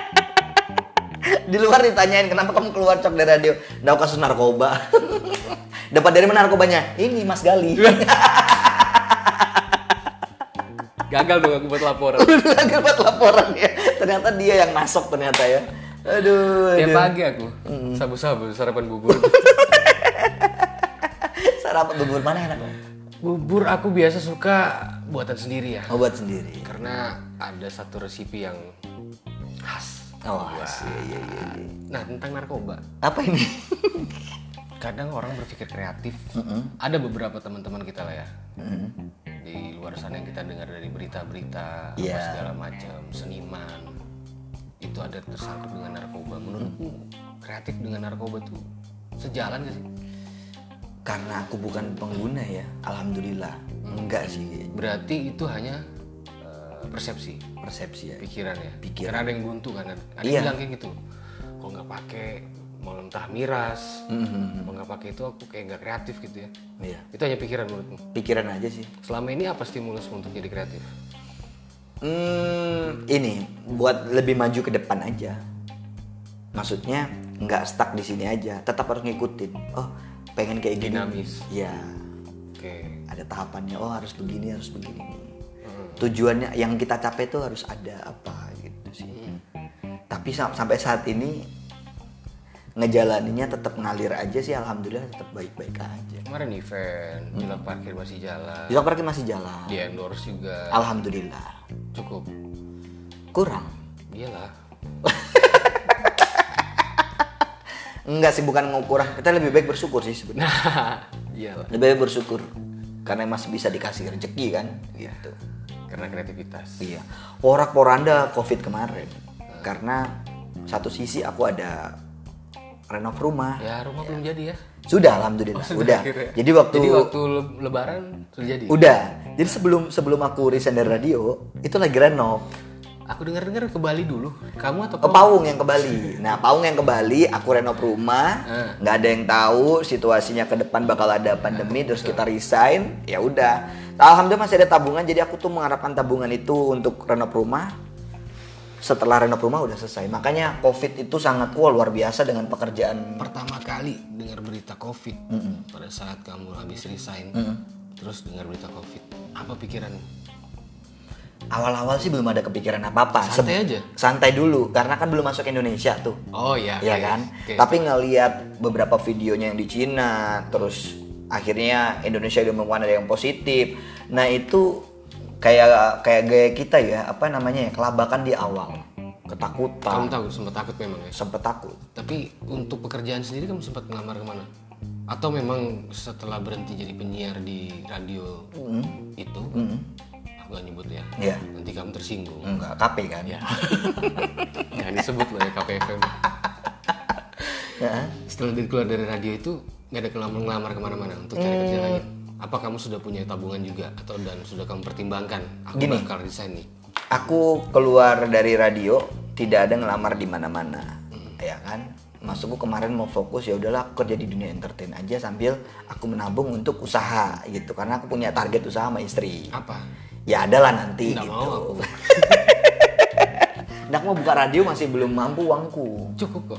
Speaker 2: di luar ditanyain kenapa kamu keluar cok dari radio Nau kasus narkoba dapat dari mana narkobanya ini Mas Gali
Speaker 1: Gagal dong aku buat laporan.
Speaker 2: lagi buat laporan ya ternyata dia yang masuk ternyata ya aduh, Hmm.
Speaker 1: Tiap
Speaker 2: aduh.
Speaker 1: pagi aku sabu-sabu sarapan bubur.
Speaker 2: sarapan bubur mana enak Om?
Speaker 1: bubur aku biasa suka buatan sendiri ya.
Speaker 2: oh buat sendiri
Speaker 1: Karena ada satu resipi yang khas.
Speaker 2: oh asik. Iya, iya, iya.
Speaker 1: Nah, tentang narkoba.
Speaker 2: apa ini
Speaker 1: Kadang orang berpikir kreatif. Ada beberapa teman-teman kita lah ya. Di luar sana yang kita dengar dari berita-berita apa
Speaker 2: Iya.
Speaker 1: segala macam, seniman. Itu ada tersangkut dengan narkoba. Menurutmu kreatif dengan narkoba tuh sejalan gak sih?
Speaker 2: karena aku bukan pengguna ya alhamdulillah enggak sih
Speaker 1: Berarti itu hanya eh, persepsi.
Speaker 2: persepsi ya
Speaker 1: pikiran ya
Speaker 2: Pikiran.
Speaker 1: karena ada yang buntu kan ada yang
Speaker 2: Iya.
Speaker 1: bilang kayak gitu kok nggak pakai mau entah miras
Speaker 2: Hmm.
Speaker 1: mau nggak pakai itu aku kayak nggak kreatif gitu ya
Speaker 2: iya
Speaker 1: itu hanya pikiran menurutmu
Speaker 2: pikiran aja sih
Speaker 1: selama ini apa stimulus untuk jadi kreatif
Speaker 2: Hmm, ini buat lebih maju ke depan aja. Maksudnya nggak stuck di sini aja, tetap harus ngikutin. Oh, pengen kayak gini.
Speaker 1: Dinamis.
Speaker 2: Iya,
Speaker 1: oke
Speaker 2: ada tahapannya. Oh, harus begini, harus begini. Tujuannya yang kita capai tuh harus ada apa gitu sih. Tapi sam- sampai saat ini ngejalaninnya tetap ngalir aja sih alhamdulillah tetap baik-baik aja.
Speaker 1: kemarin event
Speaker 2: Hmm.
Speaker 1: jelang parkir masih jalan
Speaker 2: Besok pergi masih jalan.
Speaker 1: di endorse juga
Speaker 2: Alhamdulillah.
Speaker 1: cukup
Speaker 2: Kurang.
Speaker 1: iyalah
Speaker 2: Enggak sih bukan ngukur. Kita lebih baik bersyukur sih sebenarnya.
Speaker 1: nah iyalah
Speaker 2: lebih baik bersyukur karena masih bisa dikasih rezeki kan gitu
Speaker 1: karena kreativitas
Speaker 2: iya porak poranda covid kemarin karena satu sisi aku ada renov rumah
Speaker 1: ya rumah belum jadi ya
Speaker 2: Oh, sudah alhamdulillah udah
Speaker 1: Akhirnya.
Speaker 2: jadi waktu,
Speaker 1: jadi waktu le- lebaran sudah jadi
Speaker 2: udah jadi sebelum sebelum aku resign dari radio itu lagi renov
Speaker 1: aku dengar dengar ke Bali dulu kamu atau
Speaker 2: ke Paung Oh, yang ke Bali. Nah, Paung yang ke Bali, aku renov rumah,
Speaker 1: Hmm.
Speaker 2: nggak ada yang tahu situasinya ke depan bakal ada pandemi, terus kita resign, ya udah. Alhamdulillah masih ada tabungan, jadi aku tuh mengharapkan tabungan itu untuk renov rumah. Setelah renov rumah udah selesai, makanya COVID itu sangat wah, luar biasa dengan pekerjaan.
Speaker 1: pertama kali dengar berita covid pada saat kamu habis resign terus dengar berita covid apa pikiran
Speaker 2: awal-awal sih belum ada kepikiran apa-apa. Seb-
Speaker 1: Santai aja.
Speaker 2: Santai dulu karena kan belum masuk Indonesia tuh.
Speaker 1: Oh ya.
Speaker 2: Iya
Speaker 1: oke.
Speaker 2: kan?
Speaker 1: Oke.
Speaker 2: Tapi ngelihat beberapa videonya yang di Cina, terus akhirnya Indonesia udah menemukan ada yang positif. Nah, itu kayak kayak gaya kita ya, apa namanya ya, kelabakan di awal.
Speaker 1: kamu
Speaker 2: Ketakutan,
Speaker 1: tahu sempat takut memang ya.
Speaker 2: sempet takut.
Speaker 1: Tapi untuk pekerjaan sendiri kamu sempat ngelamar kemana? Atau memang setelah berhenti jadi penyiar di radio itu, aku gak nyebut ya.
Speaker 2: Iya.
Speaker 1: Nanti kamu tersinggung.
Speaker 2: Enggak, KP kan.
Speaker 1: Ya. Jangan disebut lah ya KPFM.
Speaker 2: Heeh.
Speaker 1: Setelah dari keluar dari radio itu nggak ada kelamar ngelamar kemana-mana untuk cari kerja
Speaker 2: Hmm.
Speaker 1: lagi. Apa kamu sudah punya tabungan juga atau dan sudah kamu pertimbangkan? Aku
Speaker 2: Gini.
Speaker 1: bakal resign nih.
Speaker 2: Aku keluar dari radio, tidak ada ngelamar di mana-mana.
Speaker 1: Hmm.
Speaker 2: Ya kan? Masukku kemarin mau fokus ya udahlah aku kerja di dunia entertain aja sambil aku menabung untuk usaha gitu karena aku punya target usaha sama istri.
Speaker 1: Apa?
Speaker 2: ya adalah nanti
Speaker 1: Nggak
Speaker 2: gitu.
Speaker 1: mau aku.
Speaker 2: Ndak mau buka radio masih belum mampu uangku.
Speaker 1: Cukup kok.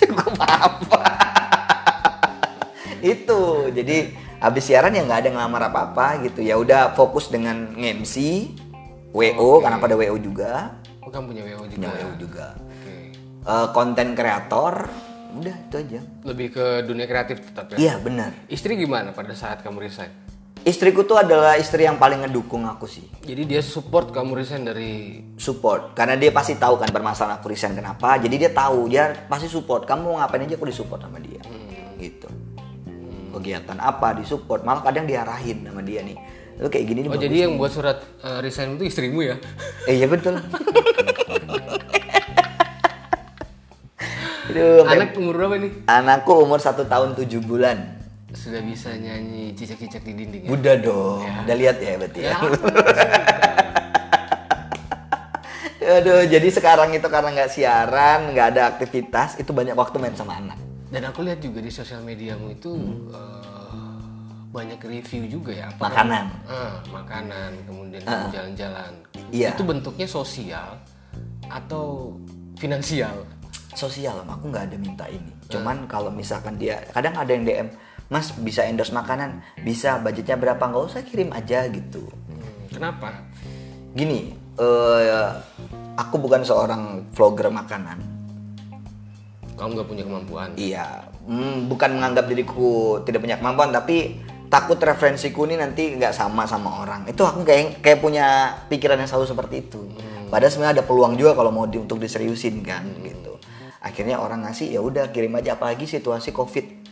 Speaker 2: Cukup apa? Itu. Jadi habis siaran ya nggak ada ngelamar apa-apa gitu. Ya udah fokus dengan MC, WO
Speaker 1: Oke.
Speaker 2: karena pada WO juga,
Speaker 1: Oh, kamu punya WO
Speaker 2: punya
Speaker 1: juga.
Speaker 2: WO juga.
Speaker 1: Oke.
Speaker 2: Eh, konten kreator, udah itu aja.
Speaker 1: Lebih ke dunia kreatif tetap ya.
Speaker 2: Iya benar.
Speaker 1: Istri gimana pada saat kamu resign?
Speaker 2: Istriku tuh adalah istri yang paling ngedukung aku sih.
Speaker 1: Jadi dia support kamu resign dari
Speaker 2: support karena dia pasti tahu kan permasalahan aku resign kenapa jadi dia tahu dia pasti support kamu mau ngapain aja aku disupport sama dia gitu kegiatan apa disupport malah kadang diarahin sama dia nih lu kayak gini nih
Speaker 1: Oh
Speaker 2: Bang.
Speaker 1: jadi yang buat surat eh, resign itu istrimu ya?
Speaker 2: eh iya betul Aduh, sampai-
Speaker 1: Anak umur berapa nih?
Speaker 2: anakku umur satu tahun 7 bulan
Speaker 1: Sudah bisa nyanyi cicak-cicak di dinding ya?
Speaker 2: Buddha dong udah lihat ya berarti ya.
Speaker 1: Ya.
Speaker 2: Aduh, jadi sekarang itu karena nggak siaran, nggak ada aktivitas, itu banyak waktu main sama anak.
Speaker 1: Dan aku lihat juga di sosial mediamu itu eh, banyak review juga ya. Apa
Speaker 2: Makanan.
Speaker 1: Ah,
Speaker 2: Ah.
Speaker 1: makanan, kemudian kamu jalan-jalan.
Speaker 2: Iya.
Speaker 1: Itu bentuknya sosial atau finansial?
Speaker 2: sosial om aku nggak ada minta ini cuman kalau misalkan dia kadang ada yang dm mas bisa endorse makanan bisa budgetnya berapa nggak usah kirim aja gitu
Speaker 1: Hmm, kenapa?
Speaker 2: gini eh aku bukan seorang vlogger makanan
Speaker 1: Kamu nggak punya kemampuan.
Speaker 2: iya hmm, bukan menganggap diriku tidak punya kemampuan tapi takut referensiku ini nanti nggak sama sama orang itu aku kayak kayak punya pikiran yang selalu seperti itu padahal sebenarnya ada peluang juga kalau mau di, untuk diseriusin kan gitu akhirnya orang ngasih ya udah kirim aja apalagi situasi covid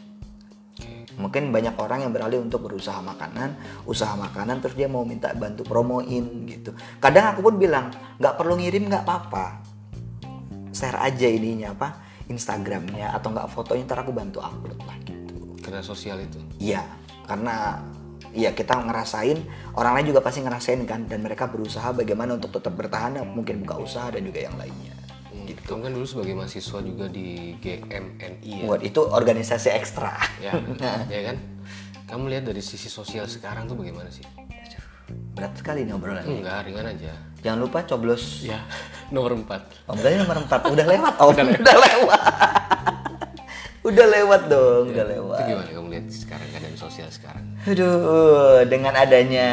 Speaker 2: mungkin banyak orang yang beralih untuk berusaha makanan usaha makanan terus dia mau minta bantu promoin gitu kadang aku pun bilang nggak perlu ngirim nggak apa-apa share aja ininya apa Instagramnya atau nggak fotonya ntar aku bantu upload lah gitu
Speaker 1: Karena sosial itu.
Speaker 2: iya karena ya kita ngerasain orang lain juga pasti ngerasain kan dan mereka berusaha bagaimana untuk tetap bertahan dan mungkin buka usaha dan juga yang lainnya
Speaker 1: Hmm,
Speaker 2: Gitu.
Speaker 1: Kamu kan dulu sebagai mahasiswa juga di GMNI ya?
Speaker 2: buat itu organisasi ekstra
Speaker 1: ya, ya kan? Kamu lihat dari sisi sosial sekarang tuh bagaimana sih?
Speaker 2: Aduh, berat sekali nih obrolan
Speaker 1: Enggak, ringan aja.
Speaker 2: jangan lupa coblos
Speaker 1: Ya, nomor 4.
Speaker 2: Om Dani nomor 4 udah lewat Om udah lewat udah lewat, dong udah lewat
Speaker 1: Itu gimana kamu lihat sekarang keadaan sosial sekarang?
Speaker 2: aduh dengan adanya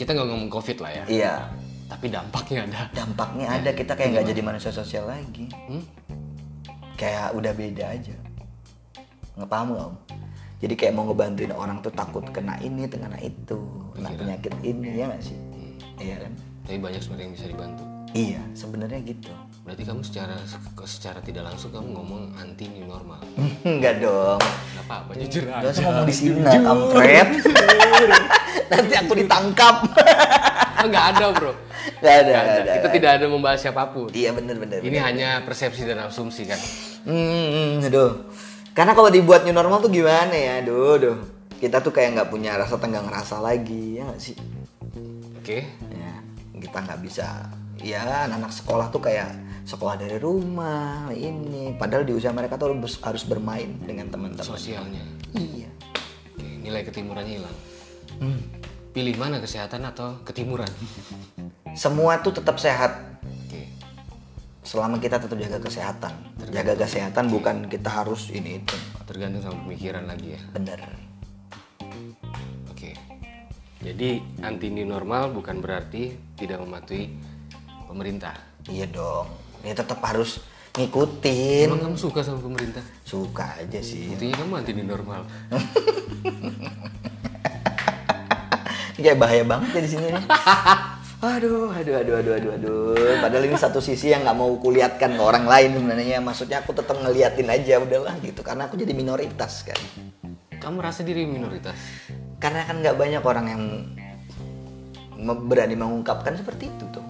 Speaker 1: Kita nggak ngomong covid lah ya,
Speaker 2: iya
Speaker 1: tapi dampaknya ada.
Speaker 2: dampaknya ada kita kayak nggak jadi manusia sosial lagi
Speaker 1: Iya. Hmm?
Speaker 2: kayak udah beda aja nggak paham nggak om jadi kayak mau ngebantuin orang tuh takut kena ini kena itu kena
Speaker 1: Iya.
Speaker 2: penyakit ini ya nggak sih
Speaker 1: Hmm.
Speaker 2: iya kan
Speaker 1: Tapi banyak sebenarnya yang bisa dibantu.
Speaker 2: iya sebenarnya gitu
Speaker 1: Berarti kamu secara secara tidak langsung kamu ngomong anti new normal.
Speaker 2: nggak dong
Speaker 1: Gak apa-apa, jujur
Speaker 2: Gak
Speaker 1: aja.
Speaker 2: usah ngomong di sini, kampret. Nanti aku ditangkap.
Speaker 1: Ah, Nggak ada bro.
Speaker 2: Gak ada,
Speaker 1: Nggak
Speaker 2: gak
Speaker 1: ada.
Speaker 2: ada.
Speaker 1: Kita tidak ada membahas siapapun.
Speaker 2: Iya bener-bener.
Speaker 1: Ini hanya persepsi dan asumsi kan.
Speaker 2: Hmm, aduh. Karena kalau dibuat new normal tuh gimana ya, aduh, aduh. Kita tuh kayak nggak punya rasa tenggang rasa lagi, ya nggak sih?
Speaker 1: Oke.
Speaker 2: Ya, kita nggak bisa. Ya, anak sekolah tuh kayak sekolah dari rumah ini. Padahal di usia mereka tuh harus- harus bermain dengan teman-teman.
Speaker 1: Sosialnya.
Speaker 2: Iya.
Speaker 1: Oke, nilai ketimurannya hilang. Pilih mana kesehatan atau ketimuran?
Speaker 2: Semua tuh tetap sehat
Speaker 1: Oke.
Speaker 2: selama kita tetap jaga kesehatan. Jaga kesehatan bukan kita harus ini itu.
Speaker 1: Tergantung sama pemikiran lagi ya.
Speaker 2: Bener.
Speaker 1: Oke. Jadi anti new normal bukan berarti tidak mematuhi pemerintah.
Speaker 2: Iya dong. Ya tetap harus ngikutin.
Speaker 1: Emang kamu suka sama pemerintah?
Speaker 2: Suka aja sih.
Speaker 1: Buktinya kamu anti new normal.
Speaker 2: Kayak bahaya banget ya di sini. nih. Aduh, aduh, aduh, aduh, aduh, aduh. Padahal ini satu sisi yang nggak mau kulihatkan ke orang lain sebenarnya. Maksudnya aku tetap ngeliatin aja udahlah gitu. Karena aku jadi minoritas kan.
Speaker 1: Kamu merasa diri minoritas?
Speaker 2: Karena kan nggak banyak orang yang me- berani mengungkapkan seperti itu tuh.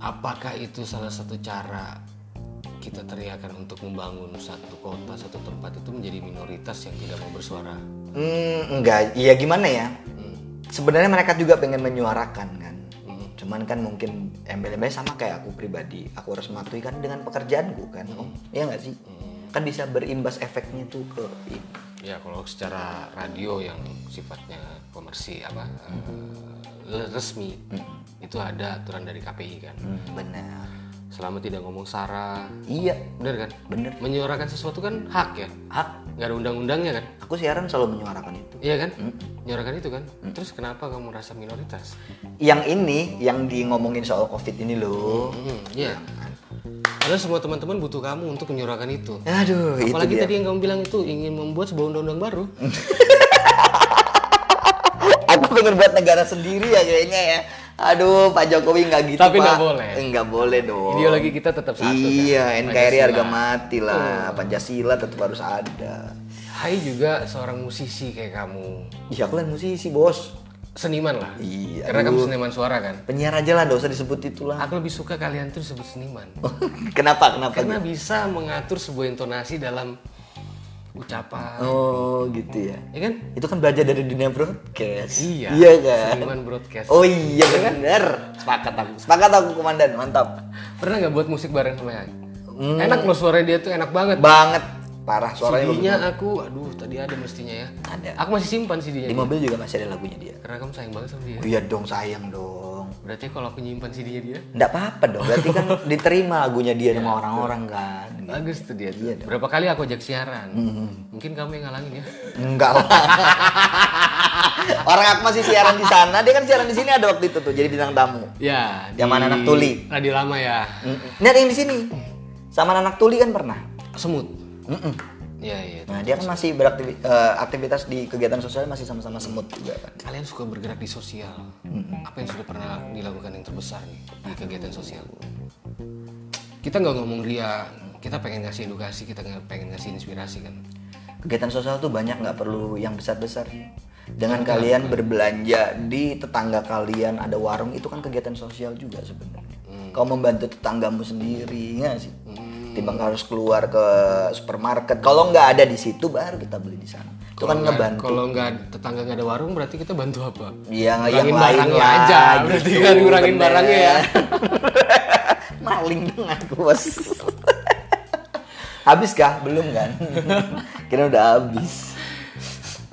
Speaker 1: Apakah itu salah satu cara kita teriakan untuk membangun satu kota, satu tempat itu menjadi minoritas yang tidak mau bersuara?
Speaker 2: Hmm, enggak. Ya gimana ya? Sebenarnya mereka juga pengen menyuarakan kan.
Speaker 1: Hmm.
Speaker 2: Cuman kan mungkin embel-embel sama kayak aku pribadi. Aku harus mematuhi kan dengan pekerjaanku kan.
Speaker 1: Hmm.
Speaker 2: Om. Iya nggak sih? Kan bisa berimbas efeknya tuh ke
Speaker 1: Ya kalau secara radio yang sifatnya komersi apa eh, resmi itu ada aturan dari KPI kan.
Speaker 2: Hmm, benar.
Speaker 1: Selama tidak ngomong sara,
Speaker 2: Iya,
Speaker 1: bener kan?
Speaker 2: bener.
Speaker 1: Menyuarakan sesuatu kan hak ya,
Speaker 2: Hak.
Speaker 1: nggak ada undang-undangnya kan?
Speaker 2: Aku siaran selalu menyuarakan itu.
Speaker 1: Iya kan? Menyuarakan itu kan. Terus kenapa kamu merasa minoritas?
Speaker 2: Yang ini, yang di ngomongin soal covid ini loh.
Speaker 1: Hmm, Iya. Padahal semua teman-teman butuh kamu untuk menyuarakan itu.
Speaker 2: Aduh,
Speaker 1: Apalagi
Speaker 2: itu dia. Mm.
Speaker 1: tadi yang kamu bilang itu ingin membuat sebuah undang-undang baru.
Speaker 2: Aku pengen buat negara sendiri ya kayaknya ya. Aduh, Pak Jokowi nggak gitu
Speaker 1: Tapi
Speaker 2: Pak.
Speaker 1: nggak boleh.
Speaker 2: Eh, Nggak boleh dong.
Speaker 1: Ideologi kita tetap satu. kan?
Speaker 2: Iya, NKRI
Speaker 1: Pancasila.
Speaker 2: harga mati lah, Pancasila tetap harus ada.
Speaker 1: Hai juga seorang musisi kayak kamu.
Speaker 2: Iya, aku kan musisi bos,
Speaker 1: Seniman lah.
Speaker 2: Iya,
Speaker 1: Karena kamu seniman suara kan.
Speaker 2: penyiar aja lah, dosa disebut itulah.
Speaker 1: Aku lebih suka kalian tuh disebut seniman.
Speaker 2: kenapa, kenapa?
Speaker 1: Karena bisa mengatur sebuah intonasi dalam ucapan.
Speaker 2: Oh, gitu ya.
Speaker 1: Ya kan?
Speaker 2: Itu kan belajar dari dunia broadcast.
Speaker 1: Iya. kan?
Speaker 2: Iya kan.
Speaker 1: Seniman broadcast.
Speaker 2: Oh iya bener. Sepakat aku. Sepakat aku komandan, mantap.
Speaker 1: Pernah nggak buat musik bareng sama Yai? Enak loh suara dia tuh enak banget.
Speaker 2: Banget. Parah Hmm. suaranya. bagus.
Speaker 1: CD-nya aku, aduh tadi ada mestinya ya.
Speaker 2: Ada.
Speaker 1: Aku masih simpan
Speaker 2: Di
Speaker 1: CD-nya.
Speaker 2: mobil juga masih ada lagunya dia.
Speaker 1: Karena kamu sayang banget sama dia.
Speaker 2: Iya dong, sayang dong.
Speaker 1: Berarti kalau aku nyimpan CD-nya dia,
Speaker 2: Nggak apa-apa dong. Berarti kan diterima lagunya dia
Speaker 1: Iya,
Speaker 2: sama orang-orang kan.
Speaker 1: bagus tuh dia.
Speaker 2: Iya
Speaker 1: tuh. Berapa kali aku ajak siaran?
Speaker 2: Hmm,
Speaker 1: Mungkin kamu yang ngalangin ya.
Speaker 2: Enggak lah. Orang aku masih siaran di sana, dia kan siaran di sini ada waktu itu tuh jadi bintang tamu.
Speaker 1: Ya.
Speaker 2: Zaman anak tuli.
Speaker 1: Radio lama ya.
Speaker 2: Ini ada yang di sini. Sama anak tuli kan pernah.
Speaker 1: Semut.
Speaker 2: Mm-mm.
Speaker 1: Ya iya.
Speaker 2: Nah, dia kan masih beraktivitas di kegiatan sosial masih sama-sama semut juga kan.
Speaker 1: Kalian suka bergerak di sosial. Apa yang sudah pernah dilakukan yang terbesar nih di kegiatan sosial? Kita nggak ngomong ria, kita pengen ngasih edukasi, kita nggak pengen ngasih inspirasi kan.
Speaker 2: Kegiatan sosial tuh banyak nggak perlu yang besar-besar sih. Dengan kalian berbelanja di tetangga kalian ada warung itu kan kegiatan sosial juga sebenarnya.
Speaker 1: Hmm.
Speaker 2: Kau membantu tetanggamu sendiri ya sih. Timbang harus keluar ke supermarket. Kalau nggak ada di situ baru kita beli di sana. Itu kan
Speaker 1: Kalau nggak-
Speaker 2: ngebantu.
Speaker 1: Kalau nggak tetangga nggak ada warung, berarti kita bantu apa?
Speaker 2: Iya, yang
Speaker 1: Kurangin
Speaker 2: lain
Speaker 1: barangnya
Speaker 2: lah,
Speaker 1: aja, berarti kan kurangin barangnya ya.
Speaker 2: Maling dong aku bos. habis kah? Belum kan? Kira udah habis.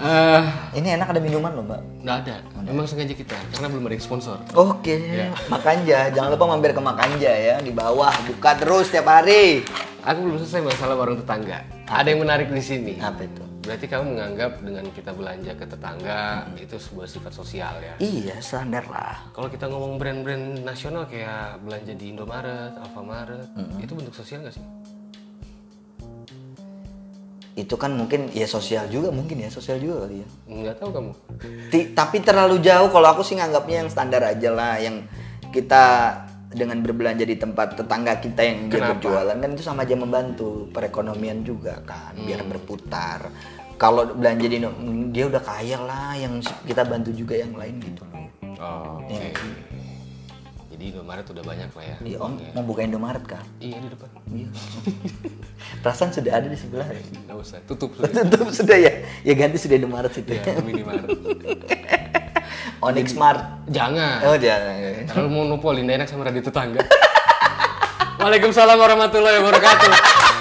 Speaker 1: Eh,
Speaker 2: Ini enak ada minuman loh mbak.
Speaker 1: nggak ada. Emang sengaja kita, karena belum ada yang sponsor.
Speaker 2: Oke, Makanja. Jangan lupa mampir ke Makanja ya di bawah. Buka terus tiap hari.
Speaker 1: Aku belum selesai masalah warung tetangga. Ada yang menarik di sini.
Speaker 2: Apa itu?
Speaker 1: Berarti kamu menganggap dengan kita belanja ke tetangga itu sebuah sifat sosial ya.
Speaker 2: Iya standar lah.
Speaker 1: Kalau kita ngomong brand-brand nasional kayak belanja di Indomaret, Alfamaret, itu bentuk sosial nggak sih?
Speaker 2: Itu kan mungkin ya sosial juga mungkin ya sosial juga kali ya.
Speaker 1: Nggak tahu kamu.
Speaker 2: Ti- tapi terlalu jauh kalau aku sih nganggapnya yang standar aja lah yang kita dengan berbelanja di tempat tetangga kita yang dia
Speaker 1: Kenapa?
Speaker 2: berjualan kan itu sama aja membantu perekonomian juga kan biar berputar kalau belanja di no- dia udah kaya lah yang s- kita bantu juga yang lain gitu loh
Speaker 1: Oke. Iya. Jadi Indomaret udah banyak lah ya.
Speaker 2: Iya, om mau buka Indomaret kah?
Speaker 1: Iya di depan.
Speaker 2: Iya. Perasaan sudah ada di sebelah.
Speaker 1: Nggak usah. Tutup sudah.
Speaker 2: Tutup sudah ya. Iya. Ya ganti sudah Indomaret situ.
Speaker 1: ya, minimal.
Speaker 2: Onyx Mart.
Speaker 1: Jangan.
Speaker 2: Oh jangan.
Speaker 1: Kalau monopoli nggak enak sama radio tetangga. Waalaikumsalam warahmatullahi wabarakatuh.